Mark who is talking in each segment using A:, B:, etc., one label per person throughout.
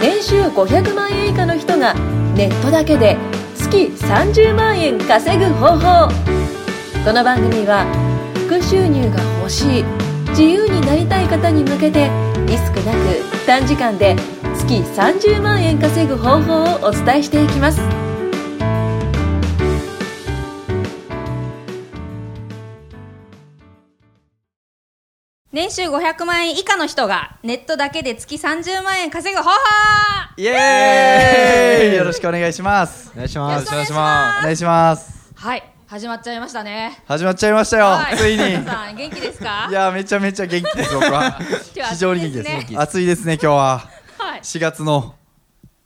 A: 年収500万円以下の人がネットだけで月30万円稼ぐ方法この番組は副収入が欲しい自由になりたい方に向けてリスクなく短時間で月30万円稼ぐ方法をお伝えしていきます
B: 年収500万円以下の人がネットだけで月30万円稼ぐ方法
C: イエーイよろしくお願いします
D: お願いします。
B: よろしくお願
C: お願いします
B: はい始まっちゃいましたね
C: 始まっちゃいましたよ、
B: はい
C: ついに
B: 皆さん元気ですか
C: いやめちゃめちゃ元気です僕 は
B: 今日は暑いですね
C: 非常に元気です
B: 元
D: 気です
C: 暑いですね今日は
B: はい
C: 4月の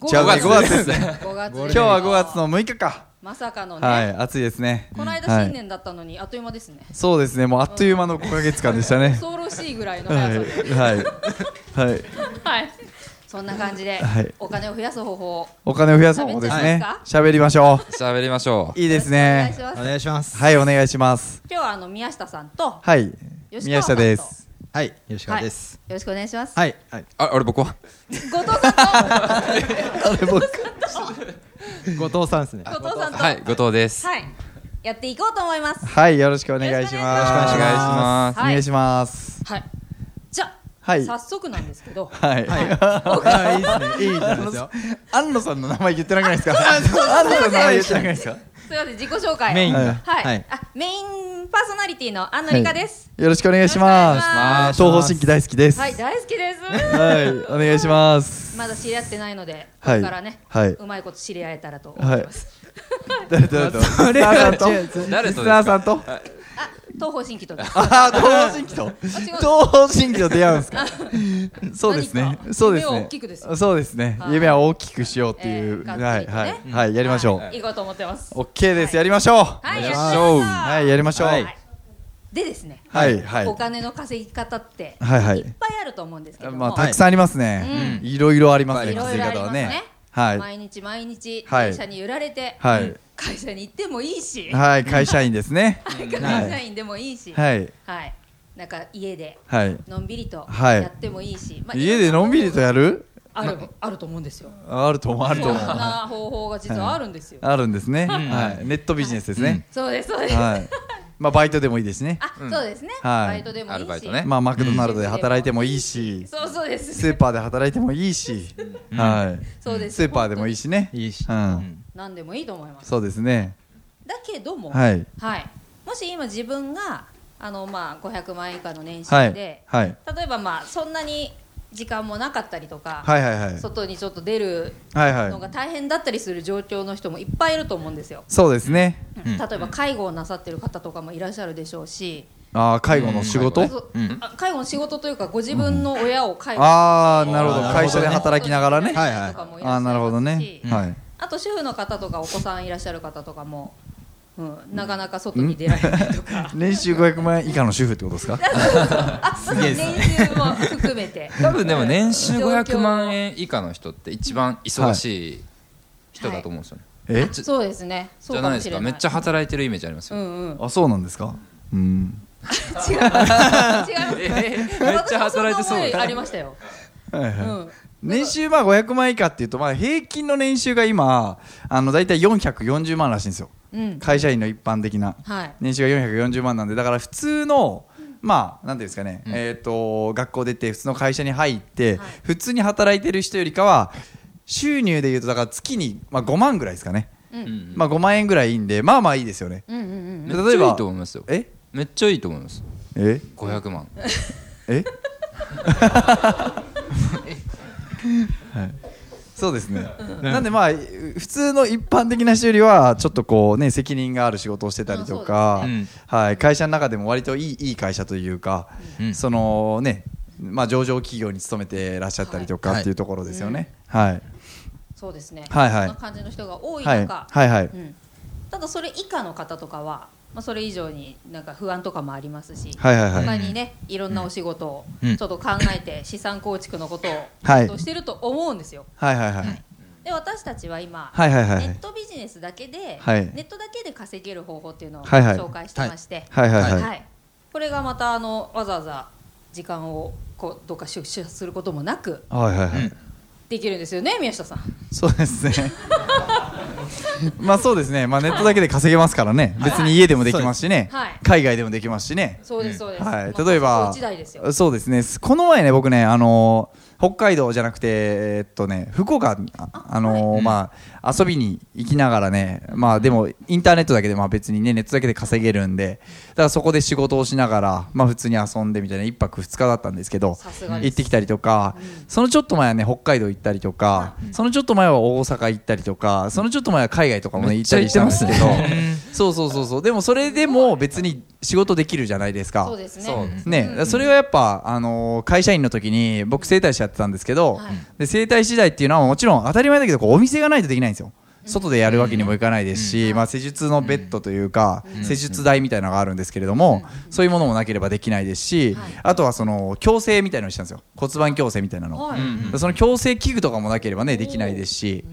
B: 5
C: 違うね
D: 5月ですね
B: 5月
C: 今日は5月の6日か
B: まさかのね、
C: はい暑いですね
B: この間
C: はい
B: 新年だったのにあっという間ですね
C: そうですねもうあっという間の5ヶ月間でしたね
B: 恐ろしいぐらいの
C: はい
B: 速さで
C: はいはい
B: はいそんな感じで、
C: はい
B: お金を増やす方法を
C: お金を増やす方法ですね喋りましょ
D: 喋りましょ
C: ういいです
B: お願い
C: ね
B: します
D: お願いします。
C: はいお願いします
B: 今日はあの宮下さんと
C: はい
B: 吉
C: 宮
B: 川さ
C: 下
B: んと
C: です
D: はい、よろしくお願いです。
B: よろしくお願いします、
D: はい、はい。
E: あ、俺僕は
B: 後藤さんと
C: あれ僕
D: 後藤さんですね。
B: 後藤さんと
E: はい、後藤です。
B: はい、やっていこうと思います
C: はいよろしくお願いします
B: よろしくお願いします
E: お願いします。
C: お願いします
B: はいじゃあ、
C: はい
B: 早速なんですけど
C: はい
D: はい、い いですね。いいじゃないですよ。
C: 安野さんの名前言ってなくないですか 安野さんの名前言ってなくないですか
B: すみません自己紹介を
D: メイン
B: は
D: が
B: い、
D: はい
B: あメインパーソナリティの安野理香です、
C: よろしくお願いしま
B: よろしくお願
C: す
D: いします
C: 東方神起大好きです
B: は、
C: はいい
B: 大好きです
C: お願いしま す
B: まだ知り合ってないので、
C: はい
B: ここからね、
C: はいう
B: まいこと知り合えたらと思
C: はいい
B: ます、
C: 誰と誰とリスナーさんとリス
E: 誰とです
C: ナー
E: か
C: さんと
B: あ東方神起とです
C: あー東方神起
B: 違
C: と
B: う
C: 東方神起と出会うんですかそうですね
B: 何か
C: そうです
B: 夢を
C: ね
B: 大きくですよ
C: そうですね
B: はい
C: 夢は大きくしようってい
B: え
C: う
B: ーが
C: は
B: っ
C: い
B: つりとね
C: はいはいやりましょう
B: はい、行こうと思ってます
C: オッケーですやりましょう
B: はい
E: お
B: やり
E: 願いし
B: ま
E: ます
B: しょうは
C: はいやりましょう
B: いでですね、
C: はいはい
B: お金の稼ぎ方って、
C: はいはい
B: いっぱいあると思うんですけども、
C: まあたくさんありますねいろいろありますね
B: いろい
C: 稼ぎ
B: ろあり
C: 方
B: ま
C: は
B: す
C: ね
B: ね。
C: はい
B: 毎日毎日
C: はい
B: 会社に揺られて、
C: はい
B: 会社に行ってもいいし、
C: はい会社員ですね
B: 会社員でもいいし、はい、
C: はい
B: なんか家で
C: はい
B: のんびりと
C: はい
B: やってもいいし、まあ
C: 家でのんびりとやる
B: あるあると思うんですよ。
C: あると思うある
B: そ
C: と
B: ん
C: 思う
B: な方法が実はあるんですよ。
C: あるんですねはいネットビジネスですね
B: そうですそうです。
C: はいまあバイトでもいいですね
B: あ、そうですね。
C: はい
B: バイトでも
E: ア
B: い
E: ルバ
B: い
E: イ
B: し
E: ト、ね。
C: まあマクドナルドで働いてもいいし
B: そうそうです。
C: スーパーで働いてもいいしはい
B: そうです。
C: スーパーでもいい
B: し、
C: しね
D: いいし。
C: う
D: うん
C: ん
B: 何でもいいと思います。
C: そうですね
B: だけども、
C: は
B: はい。
C: い
B: もし今自分があのまあ500万円以下の年収
C: はい
B: で、
C: はい
B: 例えばまあそんなに時間もなかったりとか、
C: はいはいはい
B: 外にちょっと出る
C: はい
B: の
C: は
B: が
C: い
B: 大変だったりする状況の人もいっぱいいると思うんですよ。
C: そうですね
B: 例えば介護をなさってる方とかもいらっしゃるでしょうし、
C: ああ介護の仕事
B: そうあ介護の仕事というかご自分の親を介護
C: ああなるほど
D: あー
C: 会社で働きながらね
D: はい
B: とかもいらっしゃいますし
C: ああなるほどねはい
B: あと主婦の方とかお子さんいらっしゃる方とかも、うん、なかなか外に出られないとか
C: 年収500万円以下の主婦ってことですか
B: あそうそう年収も含め て
E: 多分でも年収
B: 状況
E: 500万円以下の人って一番忙しい人だと思うんですよね。
C: え
E: ちょ
B: そうですねそ
E: じ
B: う
E: ゃ
B: か
E: な
B: も
E: い
B: し
E: です
B: れな
E: か。
B: い
E: めっちゃ働いてるイメージあります
B: う
E: よ。
B: んうん
C: あそうなんですかうん
B: 違う違う
E: え
B: め
E: めっちゃ働いてそう
B: ありましたよ、
C: はいはい
B: うん、
C: 年収まあ500万以下っていうとまあ平均の年収が今あの大体440万らしいんですよ
B: うん、
C: 会社員の一般的な
B: はい
C: 年収が440万なんでだから普通のまあなんていうんですかね、えっ、と学校出て普通の会社に入って、
B: はい
C: 普通に働いてる人よりかは収入でいうとだから月に、まあ、5万ぐらいですかね、
B: うん
E: うん
C: まあ5万円ぐらいいいんでまあまあいいですよね
B: うんうん
E: めっちゃいいと思いますよ。
C: え
E: めっちゃいいと思います。
C: え
E: 500万。
C: えはいそうですね、なんでまあ普通の一般的な人よりはちょっとこうね責任がある仕事をしてたりとか、
E: そうです
C: はい、会社の中でも割といいいい会社というか、
E: うん
C: そのね、まあ、上場企業に勤めてらっしゃったりとか
D: はい
C: っていうところですよね、はい
B: そうですね、
C: はいはい
B: そんな感じの人が多い
C: はい、
B: 中、
C: はいはい
B: うん、ただそれ以下の方とかは、まあ、それ以上になんか不安とかもありますし、
C: はいはいはい
B: 他にねいろんなお仕事をち
D: う
B: ょ
D: ん
B: っと考えて資産構築のことを
C: はい
B: ちょっとしてると思うんですよ。
C: はいはいはい
B: で私たちは今、
C: はいはいはい
B: ネットビジネスだけで、
C: はい
B: ネットだけで稼げる方法っていうのを
C: はいはい
B: 紹介してまして、
C: はいはいはい
B: はいこれがまたあのわざわざ時間をこうどうか出社することもなく
C: はいはいはい
D: うん
B: できるんですよね宮下さん
C: そうですねまあそうですね、まあ、ネットだけで稼げますからね、別に家でもできますしね、
B: はい
C: 海外でもできますしね、
B: そうですそうです、
C: は
B: ま
C: い、
B: あ
C: 例えば、
B: 一台ですよ
C: そうですねすこの前ね僕ねあのー北海道じゃなくてえーっとね福岡にああのーまあ遊びに行きながらねまあでもインターネットだけでまあ別にねネットだけで稼げるんでだからそこで仕事をしながらまあ普通に遊んでみたいな一泊二日だったんですけど
B: さすがです
C: 行ってきたりとか、そのちょっと前はね北海道行ったりとか、そのちょっと前は大阪行ったりとかそのちょっと前は海外とかもね行ったりしたんですけど そうそうそうそうでもそれでも別に仕事できるじゃないですか
B: そうですね
E: そうです
C: ね、それはやっぱ、あのー会社員の時に僕整体師やってたんですけど、
B: はい
C: で整体師時代っていうのはもちろん当たり前だけどこうお店がないとできないんですよ外でやるわけにもいかないですし、まあ、施術のベッドというか、施術台みたいなのがあるんですけれども、そういうものもなければできないですし、
B: はい
C: あとはその矯正みたいなのをしたんですよ骨盤矯正みたいなの、
B: はい
C: その矯正器具とかもなければねできないですし、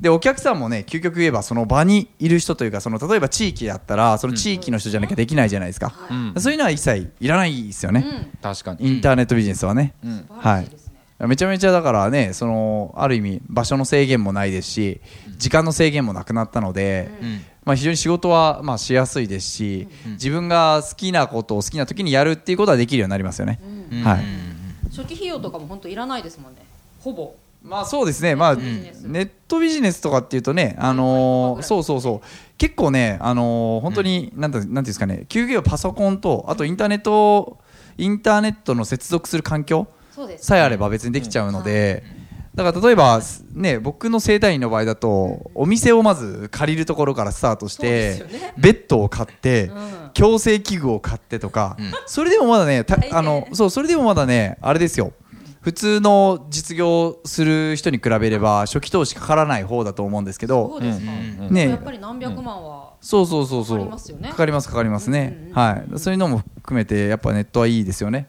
C: でお客さんもね究極言えばその場にいる人というかその例えば地域だったらその地域の人じゃなきゃできないじゃないですか、そういうのは一切いらないですよね、
E: 確か
C: イ
E: に
C: ンターネットビジネスはね、
E: うん
C: はいめちゃめちゃだからねそのある意味場所の制限もないですし時間の制限もなくなったので、まあ、非常に仕事はまあしやすいですし、自分が好きなことを好きな時にやるっていうことはできるようになりますよね、はい、
B: 初期費用とかも本当いらないですもんねほぼ
C: まあそうですね、まあ、
B: ネス
C: ネットビジネスとかっていうとね、あのーそうそうそう、結構ね、あのー本当に、なんて、なんていうんですかね、休業パソコンと、あとインターネット、インターネットの接続する環境
B: そうです
C: さえあれば別にできちゃうので、だから例えば、ね、僕の整体院の場合だと、お店をまず借りるところからスタートし
B: そ
C: て
B: うですよね、
C: ベッドを買って
B: ん、
C: 矯正器具を買ってとか、それでもまだね、た
B: 大変
C: あの、そう、それでもまだね、あれですよ。普通の実業する人に比べれば初期投資かからない方だと思うんですけ
B: そう
C: ど、
B: ですか、
E: うん
C: ね
B: やっぱり何百万は、
C: そうそうそうそう
B: かかりますよね
C: かかりますかかりますね、
B: うんうん
C: はいそういうのも含めてやっぱネットはいいですよね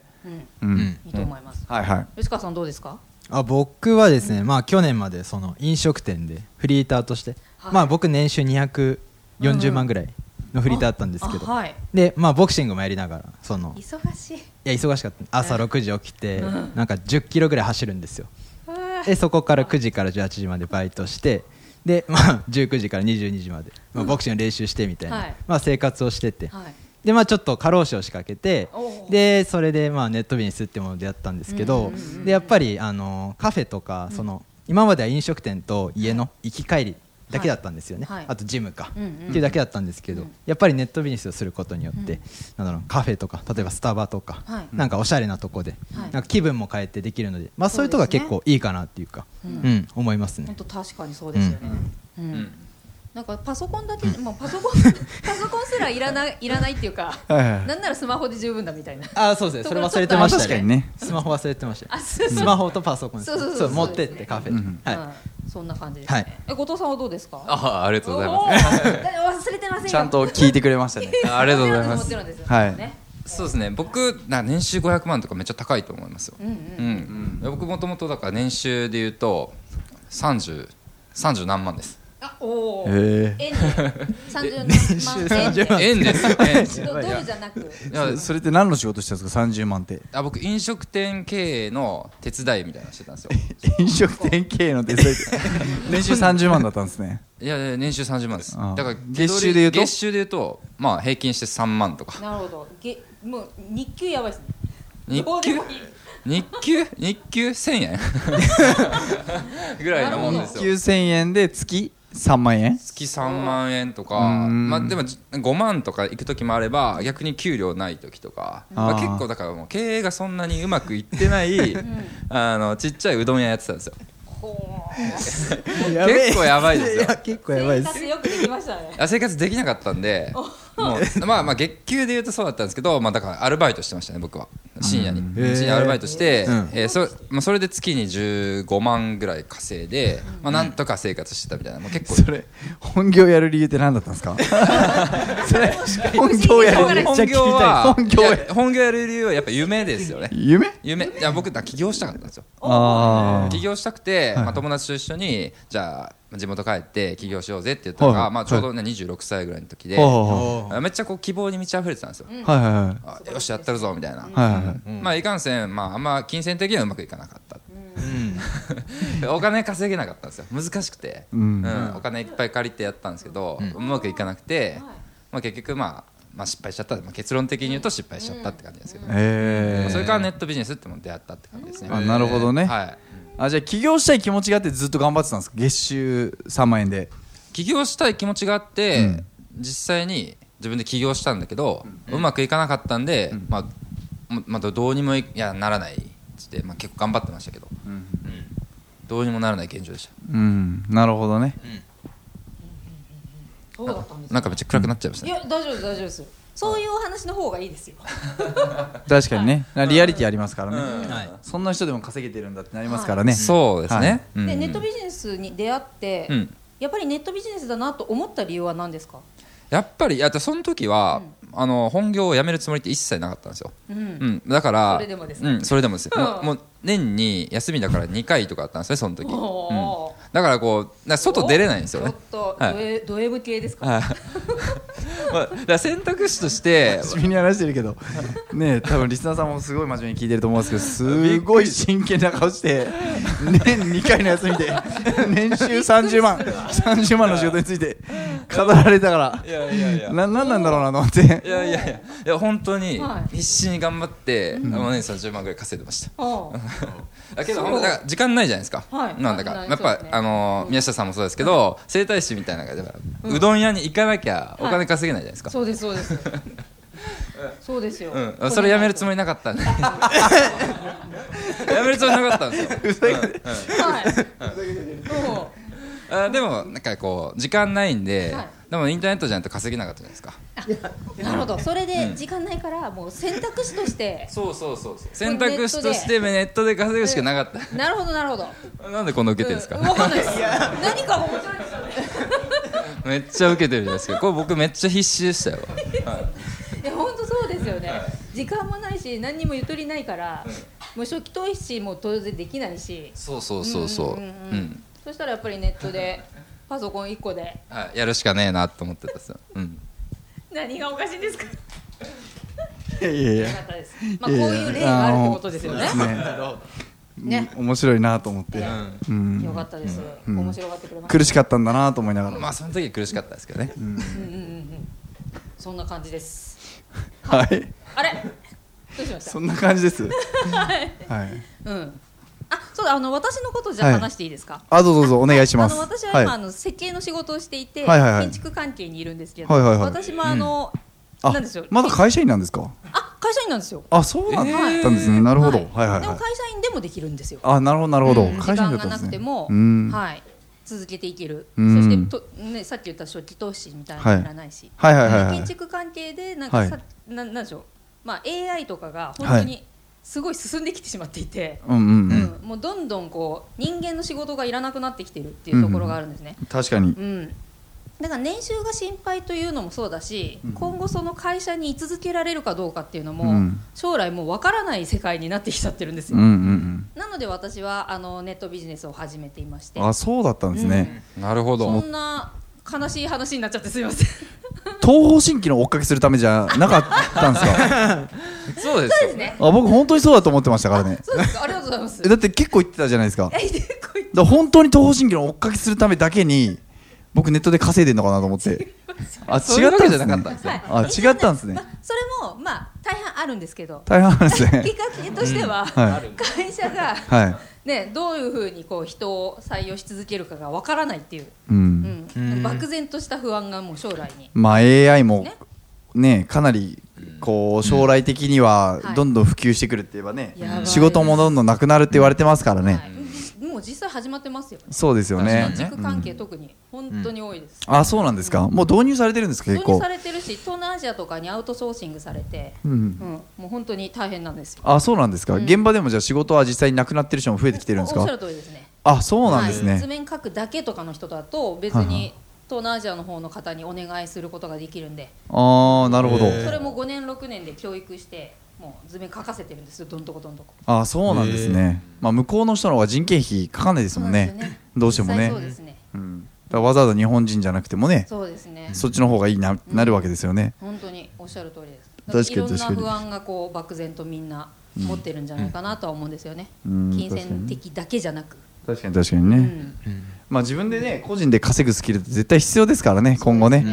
B: うん
C: うん、
B: いいと思います、
C: はいはい
B: 吉川さんどうですか
D: あ僕はですね、まあ、去年までその飲食店でフリーターとして、
B: はい
D: まあ、僕年収240万ぐらいのフリーターだったんですけど、
B: あはい
D: でまあ、ボクシングもやりながらそのい
B: 忙しい
D: や忙しかった朝6時起きて、
B: うん
D: なんか1 0キロぐらい走るんですよでそこから9時から18時までバイトしてで、まあ、19時から22時まで、まあ、ボクシングの練習してみたいな、
B: はい
D: まあ、生活をしてて、
B: はい
D: でまあちょっと過労死を仕掛けて
B: おう
D: でそれでまあネットビジネスってものでやったんですけど、でやっぱりあのカフェとかその、今までは飲食店と家の行き帰りだけだったんですよね、
B: はい
D: あとジムか、
B: うんうん
D: っていうだけだったんですけど、やっぱりネットビジネスをすることによって、なんだろうカフェとか例えばスタバとか、
B: はい
D: なんかおしゃれなとこで、
B: はい
D: なんか気分も変えてできるので、まあ、そういうとこ
B: そう
D: が
B: ですね
D: 結構いいかなっていうかう、ん思いますね
B: 本。当確かにそうですよね。うん
E: ん
B: なんかパソコンだけ、もうパソコン パソコンすらいらないいらないっていうか、
C: はいはい
B: なんならスマホで十分だみたいな。
D: あそう ですねそれ忘れてました
C: 確かにね
D: スマホ忘れてました
B: あそうそう
D: スマホとパソコンです
B: そうそうそう
D: 持ってってカフェに、
C: うん
D: はい、
B: い。そんな感じですね。
D: はい
B: え後藤さんはどうですか。
E: ああありがとうござい
B: お
E: ま
B: ーだ忘れてませんよ。
C: ちゃんと聞いてくれ ましたね
E: すありがとうございま
B: 持って
E: す
B: るんですよ
C: はい
B: ね
E: そうですね僕な年収500万とかめっちゃ高いと思いますよ
B: うんうん。
E: うん僕もともとだから年収で言うと30 30何万 です
B: あおお。
C: へえ
B: 円三 十万円で。
E: 円ですよ円
B: どドルじゃなく。
E: いや
C: そそれって何の仕事してたんですか30万って
E: あ僕飲食店経営の手伝いみたいなのしてたんです よ
C: 飲食店経営のデザイ ン年収30万だったんですね
E: いやいや年収30万です
C: ああ
E: だから
C: 月収で言うと
E: 月収で言うとまあ平均して3万とか
B: なるほど。げもう日給やばいですね。
E: 日
B: どうで
E: 給
B: もいい
E: 日給日給1000円 ぐらいのもんですよ
C: 9000円で月3万円
E: 月3万円とか
C: うん
E: まあでもじ5万とか行く時もあれば逆に給料ない時とか、まあ、
C: あー
E: 結構だからもう経営がそんなにうまくいって ない、あのちっちゃいうどん屋やってたんですよ
B: ほ
E: 結構やばいですよ
D: 結構
B: う。生活よくできましたね。
E: あ生活できなかったんでも うまあまあ月給で言うとそうだったんですけど、まあ、だからアルバイトしてましたね僕は深夜に
D: へー
E: 深夜アルバイトして、
D: うん
E: えーそまあ、それで月に15万ぐらい稼いで、まあ、なんとか生活してたみたいなもう結構
C: それ本業やる理由って何だったんです かそれ本業やる理由
E: 本業は
C: 本業や
E: いや本業やる理由はやっぱ夢ですよね
C: 夢
E: 夢いや僕だから起業したかったんですよ
C: ああ
E: 起業したくて、まあ、友達と一緒にじゃあ地元帰って起業しようぜって言ったのが、
C: はい
E: まあ、ちょうどね26歳ぐらいの時で、
C: は
E: めっちゃこう希望に満ち溢れてたんですよ、
C: いはいはいはい
E: あよしやったるぞみたいな、
C: はいはいはい
E: まあいかんせん、まあ、あんま金銭的にはうまくいかなかった、お金稼げなかったんですよ難しくて、
C: ん
E: うんお金いっぱい借りてやったんですけど、うまくいかなくて、まあ、結局、まあ、まあ失敗しちゃった、まあ、結論的に言うと失敗しちゃったって感じですけど、
C: ええ
E: それからネットビジネスってものに出会ったって感じですね、
C: あなるほどね
E: はい、
C: あじゃあ起業したい気持ちがあってずっと頑張ってたんですか月収3万円で
E: 起業したい気持ちがあって、実際に自分で起業したんだけど、うまくいかなかったんで、まあもまあ、どうにもいいやならないっつって、まあ、結構頑張ってましたけど、うんどうにもならない現状でした
C: うんなるほどね
B: どうだったんですか
E: なんかめっちゃ暗くなっちゃいました
B: い
E: ね、
B: や大丈夫です大丈夫ですそういうお話の方がいいですよ
C: 確かにねリアリティありますからね、
D: はい
C: そんな人でも稼げてるんだってなりますからね、
E: そうです
C: はい
E: ね、うん
B: でネットビジネスに出会って、
E: うん
B: やっぱりネットビジネスだなと思った理由は何ですか、
E: やっぱりいやその時は、あの本業を辞めるつもりって一切なかったんですよ、
B: うん
E: うん、だから
B: それでもです
E: う
B: ね
E: ん、それでもですよ
B: うん
E: もうもう年に休みだから2回とかあったんですねその時、
B: おー
E: うんだからこうだから外出れないんですよ
B: ちょ
E: ね
B: っとド
E: はい
B: M,、ド M 系ですか、
E: はい まあだから選択肢として
C: 真面目に話してるけどねえ多分リスナーさんもすごい真面目に聞いてると思うんですけどすごい真剣な顔して年2回の休みで年収30万30万の仕事について語られたから
E: いやいやいや
C: ななんなんだろうなと思って
E: いやいやいやいや本当に
B: はい
E: 必死に頑張って、あの年30万ぐらい稼いでました
B: おー
E: だけど本当だから時間ないじゃないですか、
B: はい
E: なんだか
B: はい
E: やっ
B: そう
E: ぱ、
B: ですね
E: あのー宮下さんもそうですけど整体師みたいなのがだからうどん屋に行かなきゃお金稼げないじゃないですか、
B: そうですそうです そうですよ、
E: うん、それやめるつも
B: り
E: りなかったん でやめるつもりなかったんですよ、
B: はいも
E: うんあでもなんかこう時間ないんで、
B: はい
E: でもインターネットじゃないと稼げなかったじゃないですか
B: うなるほどそれで時間ないからもう選択肢と して、
E: そうそうそうそう選択肢としてネットで稼ぐしかなかっ
B: なるほどなるほど
E: たなんでこんな受けてるんです
B: うんわか
E: か
B: んないです何かが面白いですよね
E: めっちゃ受けてるじゃないですかこれ僕めっちゃ必死でしたよ
B: いや本当そうですよね、時間もないし何にもゆとりないから、もう初期投資も当然できないし
E: そうそうそうそう
B: う
E: うんん、
B: うんうんうんそしたらやっぱりネットでパソコン1個で
E: はいやるしかねえなと思ってたんですよ、うん、
B: 何がおかしいんですか
C: いやいやいや
B: なかったですまあこういう例があるってことですよねね
C: ね面白いなと思って、うん
B: よかったです、面白がってくれました
C: 苦しかったんだなと思いながら、
E: まあその時苦しかったですけどね、
B: そんな感じです
C: はい
B: あれどうしました
C: そんな感じですはい
B: うんあそうだあの私のことじゃあ話していいですか、
C: あどうぞどうぞお願いし
B: あ
C: ます
B: の私は今、あの設計の仕事をしていて、
C: はいはいはい
B: 建築関係にいるんですけど、
C: はいはいはい
B: 私もあの、
C: あ
B: なんですよ
C: まだ会社員なんですか
B: あ会社員なんですよ
C: あそうだったんですね、なるほど、はい、はいはい
B: でも会社員でもできるんですよ
C: あなるほどなるほど、
B: 時
C: 会社員
B: 間が
C: だったんで
B: な
C: す
B: く
C: ね
B: ても、
C: うんはい、
B: はい、続けていける、
C: うん
B: そしてと、ね、さっき言った初期投資みたいなの
C: はい
B: いらないし、
C: はいはいはい
B: 建築関係でなんかさ、
C: は
B: ななんでしょう、まあ、AI とかが本当にすごい進んできてしまっていて、
C: うんうん、う
B: うん
C: ん、
B: もうどんどんこう人間の仕事がいらなくなってきてるっていうところがあるんですね。
C: 確かに
B: うんだから年収が心配というのもそうだし、今後その会社に居続けられるかどうかっていうのも、
C: うん
B: 将来もうわからない世界になってきちゃってるんです
C: う
B: よ。
C: んうん
B: なので私はあのネットビジネスを始めていまして
C: うんあそうだったんですね、
E: なるほど
B: そんな悲しい話になっちゃってすみま せん
C: 東方神起の追っかけするためじゃなかったんです か
E: そうです
B: そうですね
C: あ僕本当にそうだと思ってましたからね
B: そうですかありがとうございます
C: えだって結構言ってたじゃないですかだか
B: えいでこい
C: ら本当に東方神起の追っかけするためだけに僕ネットで稼いでんのかなと思 ってあ違
E: そういう
C: っ
E: わ
C: た
E: け
C: ん
E: じ
C: で
E: ゃ
C: す
E: な
C: ね
E: かったんですね
C: あ違ったんです
B: まあ
C: ね
B: それもまあ大半あるんですけど
C: 大変なんです
B: きっか
C: ね
B: けとしては、
C: は
B: 会社が
C: はい
B: ねどういうふうにこう人を採用し続けるかがわからないっていう、
C: うん
B: うん漠然とした不安がもう将来に
C: まあ AI も
B: ね
C: ねかなりこう将来的には
B: はい
C: どんどん普及してくるって言えばね
B: やばい
C: 仕事もどんどんなくなるって言われてますから
B: は
C: ね
B: いもう実際始まってますよ
C: そうですよね
E: 確か
B: 建築関係特に本当に多いです、
C: あそうなんですかもう導入されてるんですか
B: 導
C: 結
B: 入
C: 構
B: されてるし東南アジアとかにアウトソーシングされて、
C: うん
B: うん、もう本当に大変なんですよ。
C: あそうなんですか現場でもじゃあ仕事は実際になくなってる人も増えてきてるんです
B: おっしゃる
C: か
B: 通りですね。
C: あそうなんです
B: はい、
C: ね
B: 図面書くだけとかの人だと別
C: はいはい
B: に東南アジアの方の方にお願いすることができるんで、
C: ああなるほど
D: へー
B: それも5年6年で教育してもう図面書かせてるんですよ。どんとこどんとこ。
C: あそうなんですねまあ向こうの人の方が人件費かかんないですもん
B: そう
C: ね
B: なんですよ
C: どうしても
B: 実際
C: ね
B: そうですね。
C: うんらわざわざ日本人じゃなくてもね
B: そうですね
C: そっちの方がいいななるわけですよね
B: 本当におっしゃる通りです
C: 確かに
B: いろんな
C: 確かに
B: 不安がこう漠然とみんな持ってるんじゃないかなとは思うんですよね、
C: うん
B: 金銭的だけじゃなく、
C: 確かに確かにね、
B: うん、
C: まあ自分でね個人で稼ぐスキルって絶対必要ですからね今後ね、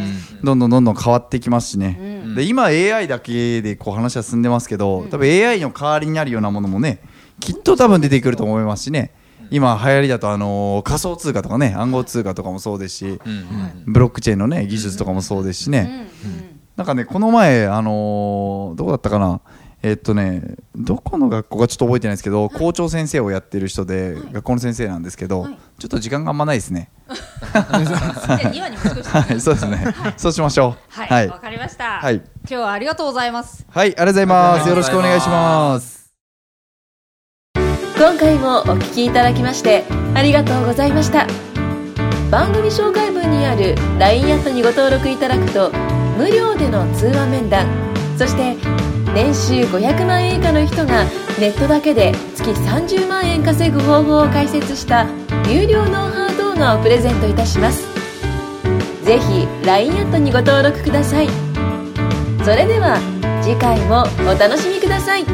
C: どんどんどんどん変わってきますしね、
E: ん
C: で今 AI だけでこう話は進んでますけど、多分 AI の代わりになるようなものもねきっと多分出てくると思いますしね今流行りだとあのー仮想通貨とかね暗号通貨とかもそうですし、
E: うんうん
C: ブロックチェーンのね技術とかもそうですしね、
B: うん
C: なんかねこの前あのーどこだったかなえっとねどこの学校かちょっと覚えてないですけど、校長先生をやってる人で、学校の先生なんですけど、
B: はい
C: ちょっと時間があんまないですね。
B: うんで2話に持ち越 し
C: はい、そうですね。そうしましょう。
B: はい、
C: はい、
B: わかりました、
C: はい
B: 今日はありがとうございます
C: はいありがとうございます。
E: あ
C: よ
E: り
C: ろ
E: が
C: し
E: と
C: く
E: う
C: お
E: ございます
C: 願いします。
A: 今回もお聞きいただきましてありがとうございました番組紹介文にある LINE アットにご登録いただくと無料での通話面談そして年収500万円以下の人がネットだけで月30万円稼ぐ方法を解説した有料ノウハウ動画をプレゼントいたしますぜひ LINE アットにご登録くださいそれでは次回もお楽しみください